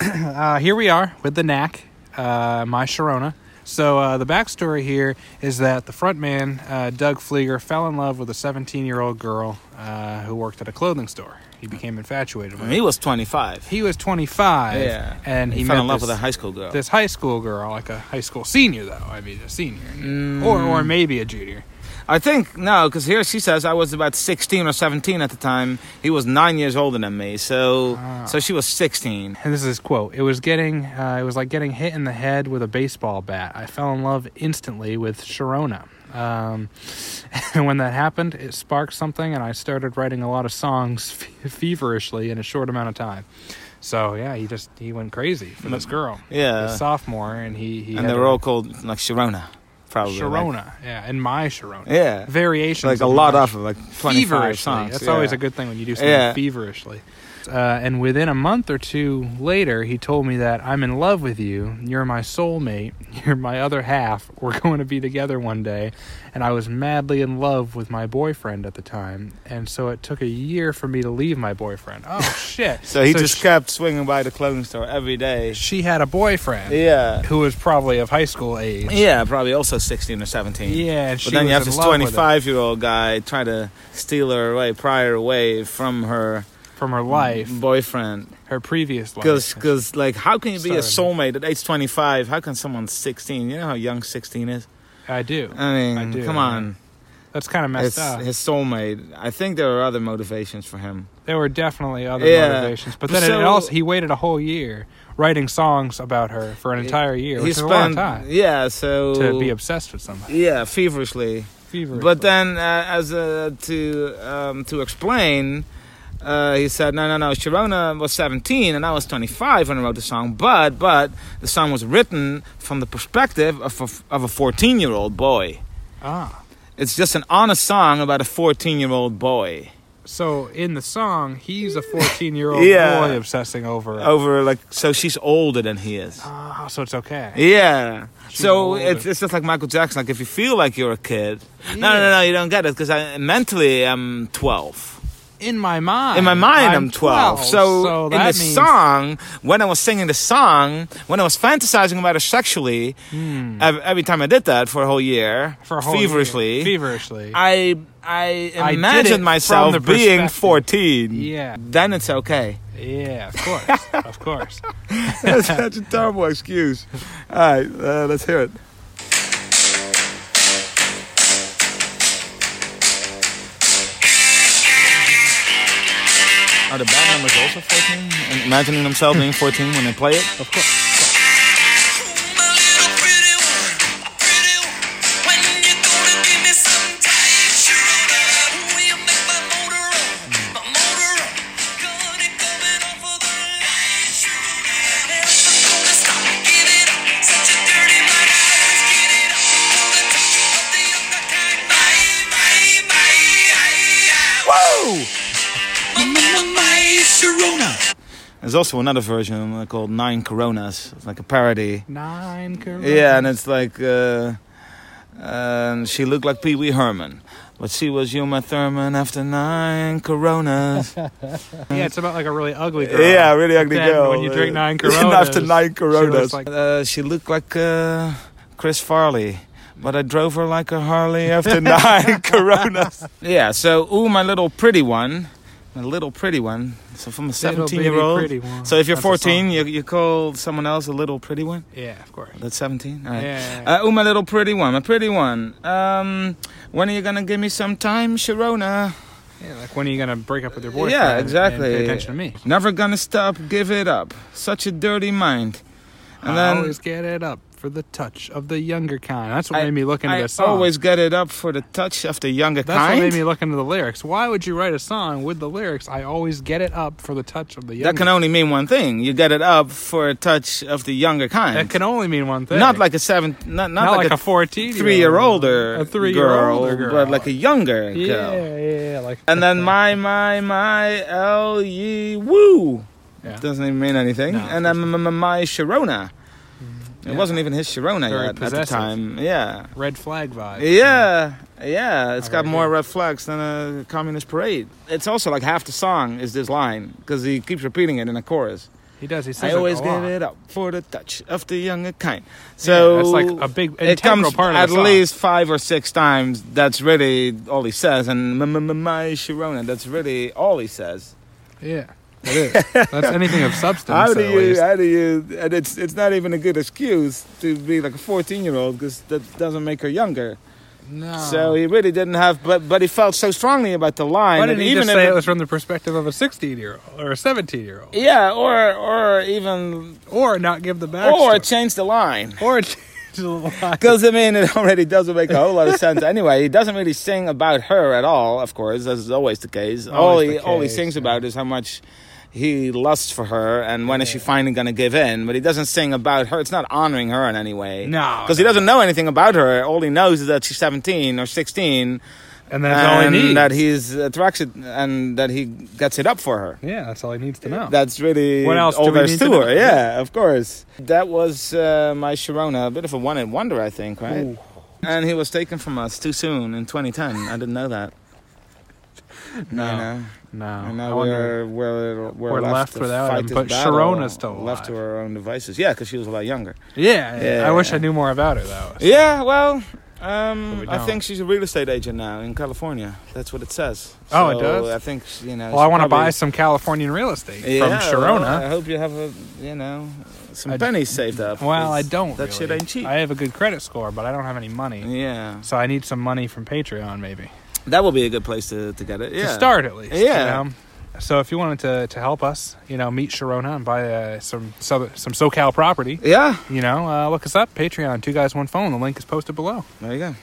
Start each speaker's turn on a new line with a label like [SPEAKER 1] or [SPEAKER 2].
[SPEAKER 1] uh, here we are with the knack, uh, my Sharona. So uh, the backstory here is that the front man, uh, Doug Flieger, fell in love with a 17-year-old girl uh, who worked at a clothing store. He became infatuated with her.
[SPEAKER 2] He was 25.
[SPEAKER 1] He was 25,
[SPEAKER 2] yeah.
[SPEAKER 1] and he,
[SPEAKER 2] fell
[SPEAKER 1] met
[SPEAKER 2] in love
[SPEAKER 1] this-
[SPEAKER 2] with a high school girl.
[SPEAKER 1] this high school girl, like a high school senior, though. I mean, a senior,
[SPEAKER 2] Mm.
[SPEAKER 1] or or maybe a junior.
[SPEAKER 2] I think, no, because here she says I was about 16 or 17 at the time. He was nine years older than me. So,
[SPEAKER 1] Ah.
[SPEAKER 2] so she was 16.
[SPEAKER 1] And this is his quote. It was getting, uh, it was like getting hit in the head with a baseball bat. I fell in love instantly with Sharona. Um, and when that happened, it sparked something, and I started writing a lot of songs fe- feverishly in a short amount of time. So yeah, he just he went crazy for this girl.
[SPEAKER 2] Yeah.
[SPEAKER 1] His sophomore, and he, he
[SPEAKER 2] And
[SPEAKER 1] had
[SPEAKER 2] they
[SPEAKER 1] a-
[SPEAKER 2] were all called, like, Sharona, probably. like-
[SPEAKER 1] Sharona. yeah, and my Sharona.
[SPEAKER 2] Yeah.
[SPEAKER 1] variations
[SPEAKER 2] Like a
[SPEAKER 1] of
[SPEAKER 2] lot
[SPEAKER 1] my
[SPEAKER 2] of, like, 25
[SPEAKER 1] feverishly.
[SPEAKER 2] songs.
[SPEAKER 1] That's
[SPEAKER 2] yeah.
[SPEAKER 1] always a good thing when you do something
[SPEAKER 2] Yeah.
[SPEAKER 1] feverishly. Uh, and within a month or two later, he told me that I'm in love with you. You're my soulmate. You're my other half. We're going to be together one day. And I was madly in love with my boyfriend at the time. And so it took a year for me to leave my boyfriend. Oh, shit.
[SPEAKER 2] So he just
[SPEAKER 1] sh-
[SPEAKER 2] kept swinging by the clothing store every day.
[SPEAKER 1] she had a boyfriend
[SPEAKER 2] Yeah.
[SPEAKER 1] who was probably of high school age.
[SPEAKER 2] Yeah, probably also 16 or 17.
[SPEAKER 1] Yeah, and
[SPEAKER 2] But
[SPEAKER 1] she
[SPEAKER 2] then
[SPEAKER 1] was
[SPEAKER 2] you have
[SPEAKER 1] in
[SPEAKER 2] this
[SPEAKER 1] love with him.
[SPEAKER 2] 25 year old guy try to steal her away, pry her away from her
[SPEAKER 1] from her life,
[SPEAKER 2] boyfriend.
[SPEAKER 1] her previous life.
[SPEAKER 2] Because, like, how can you be a
[SPEAKER 1] Sorry.
[SPEAKER 2] soulmate at age 25? How can someone 16? You know how young 16 is?
[SPEAKER 1] I do.
[SPEAKER 2] I mean,
[SPEAKER 1] I do,
[SPEAKER 2] come
[SPEAKER 1] I
[SPEAKER 2] on.
[SPEAKER 1] mean, That's kind of messed
[SPEAKER 2] It's
[SPEAKER 1] up.
[SPEAKER 2] his soulmate. I think there are other motivations for him.
[SPEAKER 1] There were definitely other
[SPEAKER 2] Yeah.
[SPEAKER 1] motivations, but then it
[SPEAKER 2] So-
[SPEAKER 1] also he waited a whole year writing songs about her for an entire year,
[SPEAKER 2] he
[SPEAKER 1] which is a long
[SPEAKER 2] spent,
[SPEAKER 1] time
[SPEAKER 2] yeah, so.
[SPEAKER 1] to be obsessed with somebody.
[SPEAKER 2] yeah, feverishly.
[SPEAKER 1] Feverishly.
[SPEAKER 2] But then, uh, as a, to um, to explain, uh, he said, "No, no, no. Sharona was 17, and I was 25 when I wrote the song. But, but the song was written from the perspective of a, of a 14 year old boy.
[SPEAKER 1] ah,
[SPEAKER 2] It's just an honest song about a 14 year old boy
[SPEAKER 1] so in the song, he's a fourteen-year-old
[SPEAKER 2] Yeah. Oh.
[SPEAKER 1] boy obsessing over. her.
[SPEAKER 2] over like so she's older than he is.
[SPEAKER 1] Ah, so it's okay.
[SPEAKER 2] Yeah.
[SPEAKER 1] She's
[SPEAKER 2] so
[SPEAKER 1] older.
[SPEAKER 2] it's, it's just like Michael Jackson. Like if you feel like you're a kid, no, no, no, you don't get it because I mentally I'm 12."
[SPEAKER 1] In my mind,
[SPEAKER 2] in my mind, I'm, 12. So, in
[SPEAKER 1] that
[SPEAKER 2] this
[SPEAKER 1] means
[SPEAKER 2] song, when I was singing the song, when I was fantasizing about her sexually, ev- every time I did that for a whole year,
[SPEAKER 1] hmm, for a whole year,
[SPEAKER 2] feverishly,
[SPEAKER 1] feverishly.
[SPEAKER 2] I I
[SPEAKER 1] I did it
[SPEAKER 2] imagined
[SPEAKER 1] from the
[SPEAKER 2] myself being
[SPEAKER 1] perspective.
[SPEAKER 2] 14.
[SPEAKER 1] Yeah.
[SPEAKER 2] Then it's okay.
[SPEAKER 1] yeah, of course, of course.
[SPEAKER 2] That's such a terrible excuse. All right, uh, let's hear it. Are the band members also 14? And imagining themselves being 14 when they play it?
[SPEAKER 1] Of course.
[SPEAKER 2] Woo!
[SPEAKER 3] Sharona.
[SPEAKER 2] There's also another version called Nine Coronas. It's like a parody.
[SPEAKER 1] Nine correct.
[SPEAKER 2] Yeah, and it's like uh, um, she looked like Pee Wee Herman, but she was Uma Thurman after nine Coronas.
[SPEAKER 1] Yeah, it's about like a really ugly girl.
[SPEAKER 2] yeah, really ugly
[SPEAKER 1] Then
[SPEAKER 2] girl.
[SPEAKER 1] when you drink nine
[SPEAKER 2] after
[SPEAKER 1] Coronas,
[SPEAKER 2] nine
[SPEAKER 1] she
[SPEAKER 2] Coronas,
[SPEAKER 1] looks like-
[SPEAKER 2] uh, she looked like uh, Chris Farley. But I drove her like a Harley after nine Coronas. Yeah, so ooh, my little pretty one, my little pretty one. So from a
[SPEAKER 1] Little bitty
[SPEAKER 2] seventeen-year-old.
[SPEAKER 1] pretty one.
[SPEAKER 2] So if you're
[SPEAKER 1] That's a song.
[SPEAKER 2] 14, you, you call someone else a little pretty one.
[SPEAKER 1] Yeah, of course.
[SPEAKER 2] That's 17? All right.
[SPEAKER 1] Yeah.
[SPEAKER 2] Uh, oh, my little pretty one, my pretty one. Um, when are you gonna give me some time, Sharona?
[SPEAKER 1] Yeah, like when are you gonna break up with your boyfriend?
[SPEAKER 2] yeah,
[SPEAKER 1] and
[SPEAKER 2] exactly.
[SPEAKER 1] pay attention to me.
[SPEAKER 2] Never gonna stop, give it up. Such a dirty mind. And then
[SPEAKER 1] I always get it up for the touch of the younger kind. That's what
[SPEAKER 2] I-
[SPEAKER 1] made me look into
[SPEAKER 2] I
[SPEAKER 1] this song.
[SPEAKER 2] always get it up for the touch of the younger
[SPEAKER 1] That's
[SPEAKER 2] kind.
[SPEAKER 1] what made me look into the lyrics. Why would you write a song with the lyrics? I always get it up for the touch of the younger.
[SPEAKER 2] that can only mean one thing. You get it up for a touch of the younger kind.
[SPEAKER 1] That can only mean one thing.
[SPEAKER 2] not like a seven, not, not,
[SPEAKER 1] not, like, a
[SPEAKER 2] a
[SPEAKER 1] fourteen,
[SPEAKER 2] three-year-older
[SPEAKER 1] a three-year-older girl,
[SPEAKER 2] but like a younger
[SPEAKER 1] yeah,
[SPEAKER 2] girl.
[SPEAKER 1] yeah, yeah, like
[SPEAKER 2] And then my my my L E woo.
[SPEAKER 1] Yeah.
[SPEAKER 2] Doesn't even mean anything.
[SPEAKER 1] No, Mm-hmm.
[SPEAKER 2] and then my, my, my Sharona. It wasn't even his Sharona
[SPEAKER 1] Very
[SPEAKER 2] yet at
[SPEAKER 1] possessive.
[SPEAKER 2] the time. Yeah.
[SPEAKER 1] red flag vibe.
[SPEAKER 2] Yeah, yeah, It's got
[SPEAKER 1] Alright,
[SPEAKER 2] more
[SPEAKER 1] yeah.
[SPEAKER 2] red flags than a communist parade. It's also like half the song is this line because he keeps repeating it in a chorus.
[SPEAKER 1] He does. He
[SPEAKER 2] I
[SPEAKER 1] says
[SPEAKER 2] always
[SPEAKER 1] it a
[SPEAKER 2] give
[SPEAKER 1] lot.
[SPEAKER 2] it up for the touch of the younger kind. So
[SPEAKER 1] Yeah, that's like a big
[SPEAKER 2] it
[SPEAKER 1] integral
[SPEAKER 2] comes
[SPEAKER 1] part of
[SPEAKER 2] at
[SPEAKER 1] the song.
[SPEAKER 2] least five or six times. That's really all he says. And m- m- m- my Sharona, that's really all he says.
[SPEAKER 1] Yeah, it is. that's anything of substance.
[SPEAKER 2] How do
[SPEAKER 1] at
[SPEAKER 2] you?
[SPEAKER 1] least.
[SPEAKER 2] How do you? And it's it's not even a good excuse to be like a fourteen year old because that doesn't make her younger.
[SPEAKER 1] No.
[SPEAKER 2] So he really didn't have. But but he felt so strongly about the line.
[SPEAKER 1] why
[SPEAKER 2] that
[SPEAKER 1] didn't he
[SPEAKER 2] even
[SPEAKER 1] just
[SPEAKER 2] if
[SPEAKER 1] say
[SPEAKER 2] it-
[SPEAKER 1] it was from the perspective of a 16 year old or a 17 year old,
[SPEAKER 2] Yeah, or or even
[SPEAKER 1] or not give the back
[SPEAKER 2] or change the line.
[SPEAKER 1] or change the line?
[SPEAKER 2] Because I mean, it already doesn't make a whole lot of sense anyway. He doesn't really sing about her at all, of course, as is always the case. all
[SPEAKER 1] Always
[SPEAKER 2] he
[SPEAKER 1] the
[SPEAKER 2] all he
[SPEAKER 1] case,
[SPEAKER 2] sings
[SPEAKER 1] yeah.
[SPEAKER 2] about is how much he lusts for her and when is she finally going to give in. But he doesn't sing about her. It's not honoring her in any way.
[SPEAKER 1] No,
[SPEAKER 2] Because he doesn't know anything about her. All he knows is that she's 17 or 16,
[SPEAKER 1] and that's all
[SPEAKER 2] and
[SPEAKER 1] he needs.
[SPEAKER 2] that he's attracted and that he gets it up for her.
[SPEAKER 1] yeah, that's all he needs to know.
[SPEAKER 2] That's really
[SPEAKER 1] Oh. What else
[SPEAKER 2] all
[SPEAKER 1] do we
[SPEAKER 2] there's
[SPEAKER 1] need
[SPEAKER 2] to
[SPEAKER 1] to
[SPEAKER 2] her.
[SPEAKER 1] know?
[SPEAKER 2] Yeah, of course. That was uh, my Sharona, a bit of a one-hit wonder, I think, right?
[SPEAKER 1] Ooh.
[SPEAKER 2] And he was taken from us too soon in 2010. I didn't know that.
[SPEAKER 1] No.
[SPEAKER 2] I know.
[SPEAKER 1] No,
[SPEAKER 2] I
[SPEAKER 1] I
[SPEAKER 2] know
[SPEAKER 1] wonder-
[SPEAKER 2] we're, we're, we're,
[SPEAKER 1] We're left
[SPEAKER 2] to
[SPEAKER 1] without
[SPEAKER 2] fight
[SPEAKER 1] him,
[SPEAKER 2] this
[SPEAKER 1] but
[SPEAKER 2] battle,
[SPEAKER 1] Sharona's still
[SPEAKER 2] Left to
[SPEAKER 1] alive.
[SPEAKER 2] her own devices. Yeah, because she was a lot younger.
[SPEAKER 1] yeah,
[SPEAKER 2] Yeah.
[SPEAKER 1] I wish I knew more about her though.
[SPEAKER 2] Yeah, well,
[SPEAKER 1] But
[SPEAKER 2] um,
[SPEAKER 1] we
[SPEAKER 2] I
[SPEAKER 1] don't.
[SPEAKER 2] think she's a real estate agent now in California. That's what it says.
[SPEAKER 1] Oh, it
[SPEAKER 2] So
[SPEAKER 1] does?
[SPEAKER 2] I think, you know.
[SPEAKER 1] Well, I
[SPEAKER 2] she
[SPEAKER 1] want to
[SPEAKER 2] probably-
[SPEAKER 1] buy some Californian real estate
[SPEAKER 2] Yeah,
[SPEAKER 1] from Sharona.
[SPEAKER 2] Well, I hope you have a, you know, some
[SPEAKER 1] I-
[SPEAKER 2] pennies saved up.
[SPEAKER 1] Well, I
[SPEAKER 2] 'cause
[SPEAKER 1] don't.
[SPEAKER 2] That shit
[SPEAKER 1] really.
[SPEAKER 2] ain't cheap.
[SPEAKER 1] I have a good credit score, but I don't have any money,
[SPEAKER 2] yeah,
[SPEAKER 1] so I need some money from Patreon, maybe
[SPEAKER 2] that would be a good place to, to get it. Yeah,
[SPEAKER 1] to start at least.
[SPEAKER 2] Yeah.
[SPEAKER 1] You know? So if you wanted to, to help us, you know, meet Sharona and buy uh, some South- some SoCal property,
[SPEAKER 2] Yeah,
[SPEAKER 1] you know, uh, look us up Patreon, two guys, one phone. The link is posted below.
[SPEAKER 2] there you go.